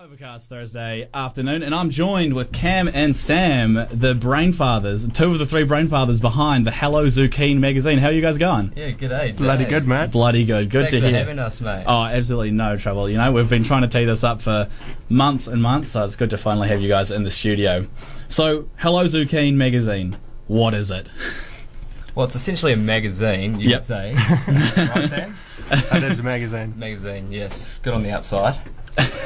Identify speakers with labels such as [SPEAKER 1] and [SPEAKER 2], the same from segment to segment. [SPEAKER 1] Overcast Thursday afternoon, and I'm joined with Cam and Sam, the brain fathers, two of the three brain fathers behind the Hello Zucchini magazine. How are you guys going?
[SPEAKER 2] Yeah, good day.
[SPEAKER 3] Bloody good, mate.
[SPEAKER 1] Bloody good. Good
[SPEAKER 2] Thanks
[SPEAKER 1] to
[SPEAKER 2] for
[SPEAKER 1] hear.
[SPEAKER 2] having us, mate.
[SPEAKER 1] Oh, absolutely no trouble. You know, we've been trying to tee this up for months and months, so it's good to finally have you guys in the studio. So, Hello Zucchini magazine. What is it?
[SPEAKER 2] Well, it's essentially a magazine, you
[SPEAKER 1] Yep.
[SPEAKER 2] could say. right, Sam?
[SPEAKER 3] That is Oh, a magazine.
[SPEAKER 2] Magazine, yes. Good on the outside.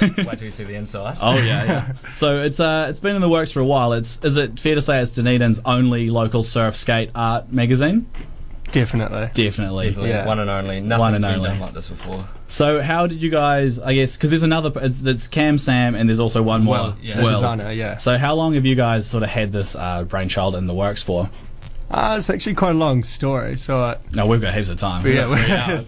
[SPEAKER 2] Wait till you see the inside.
[SPEAKER 1] Oh yeah, yeah. so it's uh, it's been in the works for a while. It's is it fair to say it's Dunedin's only local surf skate art magazine?
[SPEAKER 3] Definitely.
[SPEAKER 1] Definitely.
[SPEAKER 2] Definitely
[SPEAKER 3] Yeah.
[SPEAKER 2] one and only. Nothing's
[SPEAKER 1] One and
[SPEAKER 2] been
[SPEAKER 1] only.
[SPEAKER 2] done like this before.
[SPEAKER 1] So how did you guys? I guess because there's another. It's, it's Cam Sam, and there's also one more.
[SPEAKER 2] Well, yeah.
[SPEAKER 3] The
[SPEAKER 2] Well.
[SPEAKER 3] designer, yeah.
[SPEAKER 1] So how long have you guys sort of had this uh, brainchild in the works for?
[SPEAKER 3] Uh, it's actually quite a long story. So, uh,
[SPEAKER 1] No, we've got heaps of time.
[SPEAKER 3] yeah,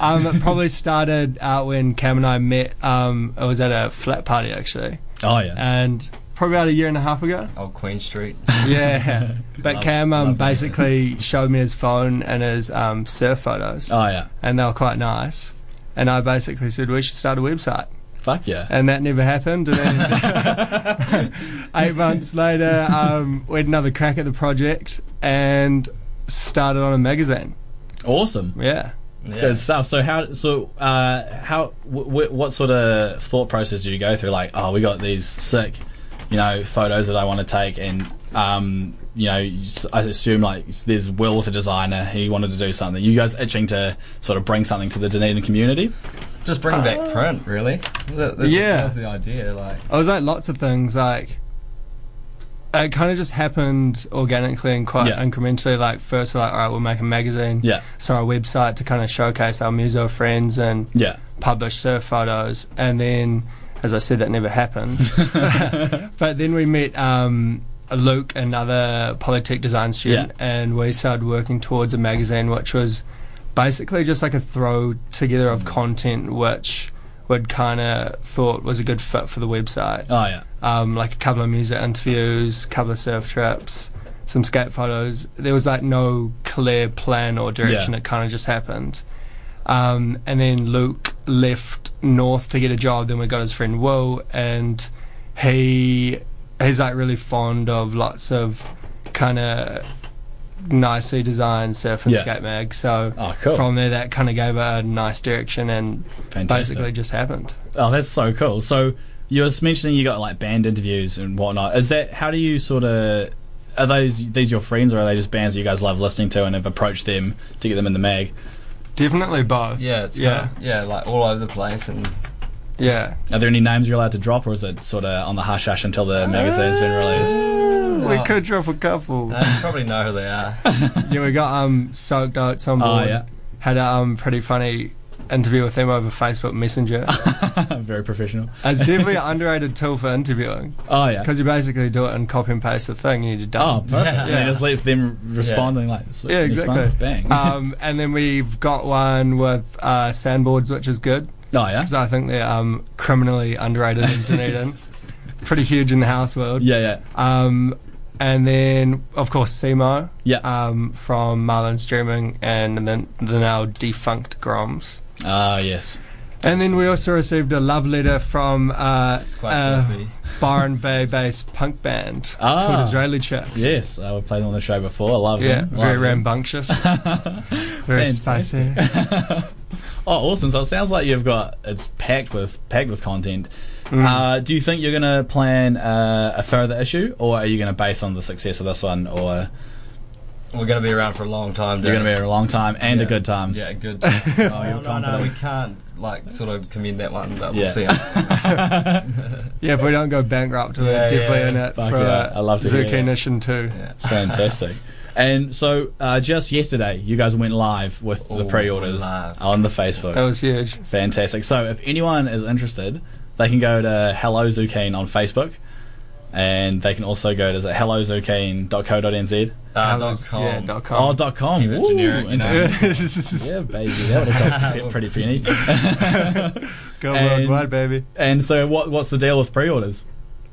[SPEAKER 3] um, it probably started out when Cam and I met. Um, it was at a flat party actually,
[SPEAKER 1] Oh yeah.
[SPEAKER 3] and probably about a year and a half ago.
[SPEAKER 2] Old Queen Street.
[SPEAKER 3] Yeah, but Cam um,
[SPEAKER 1] love that.
[SPEAKER 3] basically showed me his phone and his um, surf photos,
[SPEAKER 1] Oh yeah.
[SPEAKER 3] and they were quite nice. And I basically said we should start a website.
[SPEAKER 1] Fuck yeah.
[SPEAKER 3] and that never happened. And then eight months later, um, we had another crack at the project and started on a magazine.
[SPEAKER 1] Awesome.
[SPEAKER 3] Yeah.
[SPEAKER 2] Yeah.
[SPEAKER 1] Good stuff. So how? So uh, how? W- w- what sort of thought process do you go through? Like, oh, we got these sick, you know, photos that I want to take, and um, you know, you s- I assume like there's Will, the designer, he wanted to do something. You guys itching to sort of bring something to the Dunedin community?
[SPEAKER 2] Just bring back print, really. That, that's,
[SPEAKER 3] Yeah.
[SPEAKER 2] That was the idea. Like,
[SPEAKER 3] It was like lots of things. Like, it kind of just happened organically and quite
[SPEAKER 1] Yeah.
[SPEAKER 3] incrementally. Like, first, like, all right, we'll make a magazine.
[SPEAKER 1] Yeah.
[SPEAKER 3] So, our website to kind of showcase our muso friends and
[SPEAKER 1] Yeah.
[SPEAKER 3] publish surf photos. And then, as I said, that never happened. But then we met um, Luke, another Polytech design student, and we started working towards a magazine which was basically just like a throw together of content which we'd kind of thought was a good fit for the website.
[SPEAKER 1] Oh yeah.
[SPEAKER 3] Um, like a couple of music interviews, couple of surf trips, some skate photos. There was like no clear plan or direction,
[SPEAKER 1] Yeah.
[SPEAKER 3] it kind of just happened. Um, and then Luke left North to get a job. Then we got his friend Will, and he he's like really fond of lots of kind of nicely designed surf and
[SPEAKER 1] Yeah.
[SPEAKER 3] skate mag. So
[SPEAKER 1] Oh, cool.
[SPEAKER 3] from there, that kind of gave it a nice direction, and
[SPEAKER 1] Fantastic.
[SPEAKER 3] basically just happened.
[SPEAKER 1] Oh, that's so cool. So you were mentioning you got like band interviews and whatnot. Is that how do you sort of are those these your friends or are they just bands that you guys love listening to and have approached them to get them in the mag?
[SPEAKER 3] Definitely both.
[SPEAKER 2] yeah, it's
[SPEAKER 3] Yeah.
[SPEAKER 2] yeah. yeah, like all over the place. And
[SPEAKER 3] Yeah.
[SPEAKER 1] Are there any names you're allowed to drop or is it sort of on the hush hush until the magazine's been released?
[SPEAKER 3] We
[SPEAKER 2] Well-
[SPEAKER 3] could drop a couple.
[SPEAKER 2] uh, you probably know who they are.
[SPEAKER 3] yeah, we got um soaked oats on
[SPEAKER 1] Oh,
[SPEAKER 3] board.
[SPEAKER 1] yeah.
[SPEAKER 3] Had a um, pretty funny interview with him over Facebook Messenger.
[SPEAKER 1] Very professional.
[SPEAKER 3] it's definitely an underrated tool for interviewing
[SPEAKER 1] Oh yeah.
[SPEAKER 3] because you basically do it and copy and paste the thing and
[SPEAKER 1] Oh,
[SPEAKER 3] you're done.
[SPEAKER 1] perfect. And it just leaves them responding like Oh, this.
[SPEAKER 3] Yeah, exactly.
[SPEAKER 1] Bang.
[SPEAKER 3] um, and then we've got one with uh, sandboards, which is good
[SPEAKER 1] oh yeah.
[SPEAKER 3] because I think they're um, criminally underrated in Dunedin. pretty huge in the house world.
[SPEAKER 1] Yeah, yeah.
[SPEAKER 3] Um, and then, of course, Seymour
[SPEAKER 1] Yeah.
[SPEAKER 3] um, from Marlon Streaming and then the now defunct Groms.
[SPEAKER 1] Ah, yes.
[SPEAKER 3] And then we also received a love letter from uh,
[SPEAKER 2] It's quite
[SPEAKER 3] uh,
[SPEAKER 2] saucy.
[SPEAKER 3] Byron Bay based punk band
[SPEAKER 1] Ah.
[SPEAKER 3] called Israeli Chicks.
[SPEAKER 1] Yes, uh, we've played them on the show before. I love
[SPEAKER 3] Yeah,
[SPEAKER 1] them.
[SPEAKER 3] very
[SPEAKER 1] Love them.
[SPEAKER 3] rambunctious. very spicy.
[SPEAKER 1] Oh, awesome! So it sounds like you've got it's packed with packed with content.
[SPEAKER 3] Mm.
[SPEAKER 1] Uh, do you think you're going to plan uh, a further issue, or are you going to base on the success of this one, or
[SPEAKER 2] We're going to be around for a long time.
[SPEAKER 1] you're
[SPEAKER 2] dude.
[SPEAKER 1] going to be here a long time and a good time?
[SPEAKER 2] Yeah, good. oh, no, no,
[SPEAKER 1] confident.
[SPEAKER 2] we can't like sort of commend that one, but
[SPEAKER 1] Yeah.
[SPEAKER 2] we'll see. How,
[SPEAKER 3] Yeah, if we don't go bankrupt, we're
[SPEAKER 2] Yeah,
[SPEAKER 3] definitely
[SPEAKER 2] yeah.
[SPEAKER 3] in it
[SPEAKER 1] Fuck
[SPEAKER 3] for
[SPEAKER 1] yeah, I love to hear
[SPEAKER 3] Zuki
[SPEAKER 1] that.
[SPEAKER 3] Nation 2.
[SPEAKER 2] yeah.
[SPEAKER 1] Fantastic. and so, uh, just yesterday, you guys went live with the
[SPEAKER 2] Oh,
[SPEAKER 1] pre-orders
[SPEAKER 2] live. Oh.
[SPEAKER 1] on the Facebook.
[SPEAKER 3] That was huge.
[SPEAKER 1] Fantastic. So, if anyone is interested, they can go to Hello Zucchine on Facebook, and they can also go to is it hellozucchine.co.nz.
[SPEAKER 2] Uh,
[SPEAKER 3] That was-
[SPEAKER 2] dot com.
[SPEAKER 3] Yeah, dot com.
[SPEAKER 1] Oh, dot com.
[SPEAKER 2] Keep it
[SPEAKER 1] Ooh,
[SPEAKER 2] generic, you know.
[SPEAKER 1] Yeah, baby, that would have cost a pretty penny.
[SPEAKER 3] Go
[SPEAKER 1] And-
[SPEAKER 3] worldwide, baby.
[SPEAKER 1] and so, what what's the deal with pre-orders?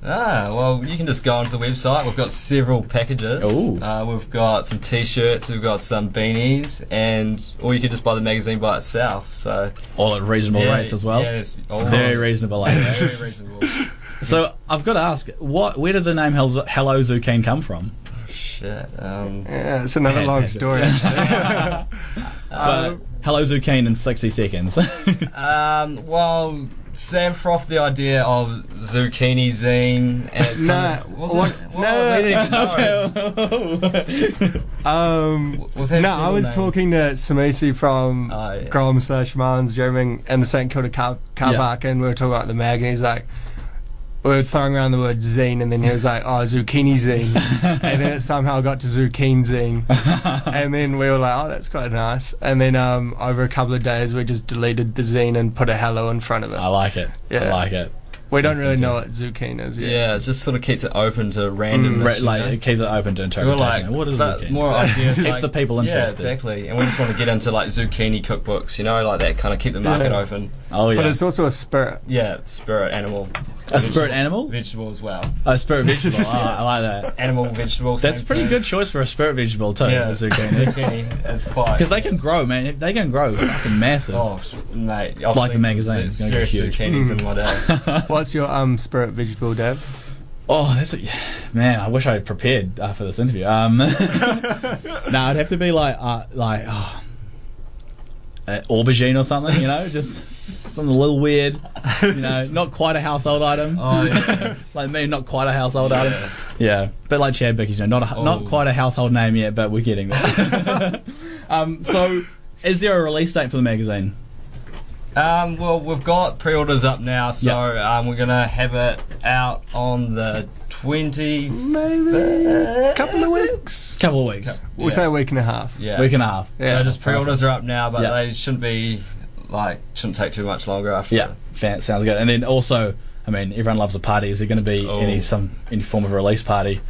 [SPEAKER 2] Ah, well, you can just go onto the website. We've got several packages.
[SPEAKER 1] Ooh.
[SPEAKER 2] Uh, we've got some t-shirts, we've got some beanies, and or you can just buy the magazine by itself. So
[SPEAKER 1] All at reasonable
[SPEAKER 2] yeah,
[SPEAKER 1] rates as well.
[SPEAKER 2] Yeah, it's all
[SPEAKER 1] Very
[SPEAKER 2] nice.
[SPEAKER 1] reasonable.
[SPEAKER 2] Very
[SPEAKER 1] eh?
[SPEAKER 2] reasonable.
[SPEAKER 1] so I've got to ask, what? Where did the name Hel- Hello Zucchini come from?
[SPEAKER 2] Shit. Um,
[SPEAKER 3] Yeah, it's another long story. Actually.
[SPEAKER 2] Uh,
[SPEAKER 1] But Hello Zucchini in sixty seconds.
[SPEAKER 2] um, well, Sam frothed the idea of zucchini zine, and it's
[SPEAKER 3] Nah,
[SPEAKER 2] kind of, was
[SPEAKER 3] what-
[SPEAKER 2] it?
[SPEAKER 3] no,
[SPEAKER 2] Well, we didn't even know.
[SPEAKER 3] um,
[SPEAKER 2] Was that single
[SPEAKER 3] no, I was
[SPEAKER 2] name?
[SPEAKER 3] talking to Samisi from
[SPEAKER 2] Oh, yeah.
[SPEAKER 3] Grom slash Mans German and the St Kilda car, car
[SPEAKER 1] Yeah.
[SPEAKER 3] park, and we were talking about the mag, and he's like, we were throwing around the word zine, and then he was like, oh, zucchini zine, and then it somehow got to zucchini zine, and then we were like, oh, that's quite nice, and then um, over a couple of days, we just deleted the zine and put a hello in front of
[SPEAKER 1] I
[SPEAKER 3] it.
[SPEAKER 1] like it. Ah, I
[SPEAKER 3] Yeah.
[SPEAKER 1] like it.
[SPEAKER 3] We don't really know what zucchini is yet.
[SPEAKER 2] Yeah, it just sort of keeps it open to random.
[SPEAKER 1] Re- Mm, like it keeps it open to
[SPEAKER 2] We were
[SPEAKER 1] interpretation.
[SPEAKER 2] like,
[SPEAKER 1] what is
[SPEAKER 2] but
[SPEAKER 1] zucchini?
[SPEAKER 2] More ideas.
[SPEAKER 1] Keeps
[SPEAKER 2] like-
[SPEAKER 1] the people
[SPEAKER 2] Yeah,
[SPEAKER 1] interested.
[SPEAKER 2] exactly. And we just want to get into like zucchini cookbooks, you know, like that kind of keep the market
[SPEAKER 3] Yeah.
[SPEAKER 2] open.
[SPEAKER 1] oh
[SPEAKER 3] But
[SPEAKER 1] yeah,
[SPEAKER 3] it's also a spirit.
[SPEAKER 2] Yeah, spirit animal.
[SPEAKER 1] a spirit animal,
[SPEAKER 2] Vegetable as well.
[SPEAKER 1] a spirit vegetable. Ah, I like that.
[SPEAKER 2] Animal, vegetable.
[SPEAKER 1] That's
[SPEAKER 2] same
[SPEAKER 1] pretty
[SPEAKER 2] thing.
[SPEAKER 1] good choice for a spirit vegetable too.
[SPEAKER 2] Yeah,
[SPEAKER 1] Yeah. zucchini.
[SPEAKER 2] zucchini. It's quite
[SPEAKER 1] Because they can grow, man. They can grow fucking massive.
[SPEAKER 2] Oh, sh- mate! I've
[SPEAKER 1] Like
[SPEAKER 2] seen
[SPEAKER 1] a magazine,
[SPEAKER 2] Some,
[SPEAKER 1] it's gonna
[SPEAKER 2] serious
[SPEAKER 1] get huge.
[SPEAKER 2] zucchinis in my day.
[SPEAKER 3] What's your um spirit vegetable, Dave?
[SPEAKER 1] Oh, that's a, man. I wish I had prepared uh, for this interview. Um, no, I'd have to be like, uh, like oh, uh, aubergine or something. You know, just something a little weird. You know, not quite a household item.
[SPEAKER 2] Oh, yeah.
[SPEAKER 1] like me, not quite a household
[SPEAKER 2] Yeah.
[SPEAKER 1] item. Yeah, but like Chad Bickies, you know, not a,
[SPEAKER 2] Oh.
[SPEAKER 1] not quite a household name yet, but we're getting there. um, so, is there a release date for the magazine?
[SPEAKER 2] Um, well, we've got pre-orders up now, so um, we're gonna have it out on the twenty.
[SPEAKER 3] Maybe a couple of weeks.
[SPEAKER 1] couple of weeks,
[SPEAKER 2] Couple-
[SPEAKER 3] We'll
[SPEAKER 2] Yeah.
[SPEAKER 3] say a week and a half.
[SPEAKER 2] Yeah,
[SPEAKER 1] week and a half.
[SPEAKER 3] Yeah.
[SPEAKER 2] So just pre-orders are up now, but
[SPEAKER 1] Yeah.
[SPEAKER 2] they shouldn't be like shouldn't take too much longer after.
[SPEAKER 1] Yeah, fan, sounds good. And then also, I mean, everyone loves a party. Is there going to be
[SPEAKER 2] Oh.
[SPEAKER 1] any some any form of release party?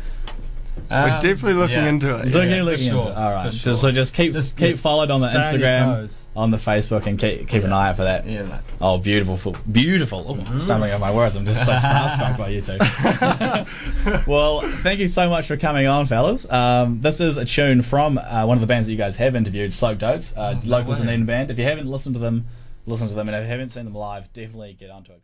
[SPEAKER 2] Um,
[SPEAKER 3] We're definitely looking
[SPEAKER 2] yeah.
[SPEAKER 3] into it.
[SPEAKER 1] Looking-
[SPEAKER 2] for
[SPEAKER 1] looking into
[SPEAKER 2] sure,
[SPEAKER 1] it. All right.
[SPEAKER 2] for
[SPEAKER 1] So-
[SPEAKER 2] sure.
[SPEAKER 1] So just keep
[SPEAKER 2] Just-
[SPEAKER 1] keep
[SPEAKER 2] just
[SPEAKER 1] followed on the
[SPEAKER 2] stay on your
[SPEAKER 1] Instagram,
[SPEAKER 2] toes.
[SPEAKER 1] on the Facebook, and keep keep an eye out for that.
[SPEAKER 2] Yeah, Mm. mate.
[SPEAKER 1] Oh, beautiful, fu- beautiful. Oh, I'm stumbling over my words. I'm just so starstruck by you two. well, thank you so much for coming on, fellas. Um, this is a tune from uh, one of the bands that you guys have interviewed, Soaked Oats, uh,
[SPEAKER 2] Oh, no
[SPEAKER 1] local
[SPEAKER 2] way.
[SPEAKER 1] Dunedin band. If you haven't listened to them, listen to them, and if you haven't seen them live, definitely get onto it.